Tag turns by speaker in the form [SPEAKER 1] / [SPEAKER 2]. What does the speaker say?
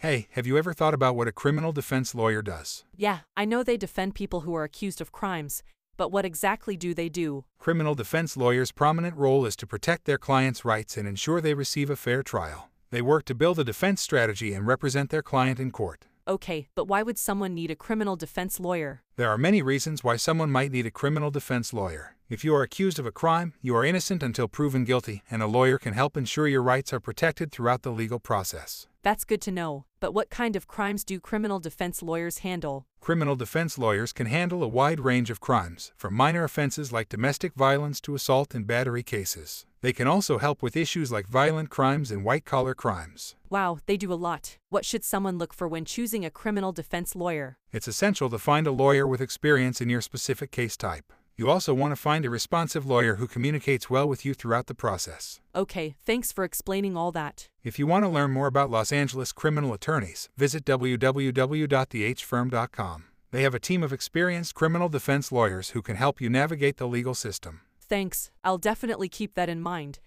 [SPEAKER 1] Hey, have you ever thought about what a criminal defense lawyer does?
[SPEAKER 2] Yeah, I know they defend people who are accused of crimes, but what exactly do they do?
[SPEAKER 1] Criminal defense lawyers' prominent role is to protect their clients' rights and ensure they receive a fair trial. They work to build a defense strategy and represent their client in court.
[SPEAKER 2] Okay, but why would someone need a criminal defense lawyer?
[SPEAKER 1] There are many reasons why someone might need a criminal defense lawyer. If you are accused of a crime, you are innocent until proven guilty, and a lawyer can help ensure your rights are protected throughout the legal process.
[SPEAKER 2] That's good to know, but what kind of crimes do criminal defense lawyers handle?
[SPEAKER 1] Criminal defense lawyers can handle a wide range of crimes, from minor offenses like domestic violence to assault and battery cases. They can also help with issues like violent crimes and white collar crimes.
[SPEAKER 2] Wow, they do a lot. What should someone look for when choosing a criminal defense lawyer?
[SPEAKER 1] It's essential to find a lawyer with experience in your specific case type. You also want to find a responsive lawyer who communicates well with you throughout the process.
[SPEAKER 2] Okay, thanks for explaining all that.
[SPEAKER 1] If you want to learn more about Los Angeles criminal attorneys, visit www.thehfirm.com. They have a team of experienced criminal defense lawyers who can help you navigate the legal system.
[SPEAKER 2] Thanks, I'll definitely keep that in mind.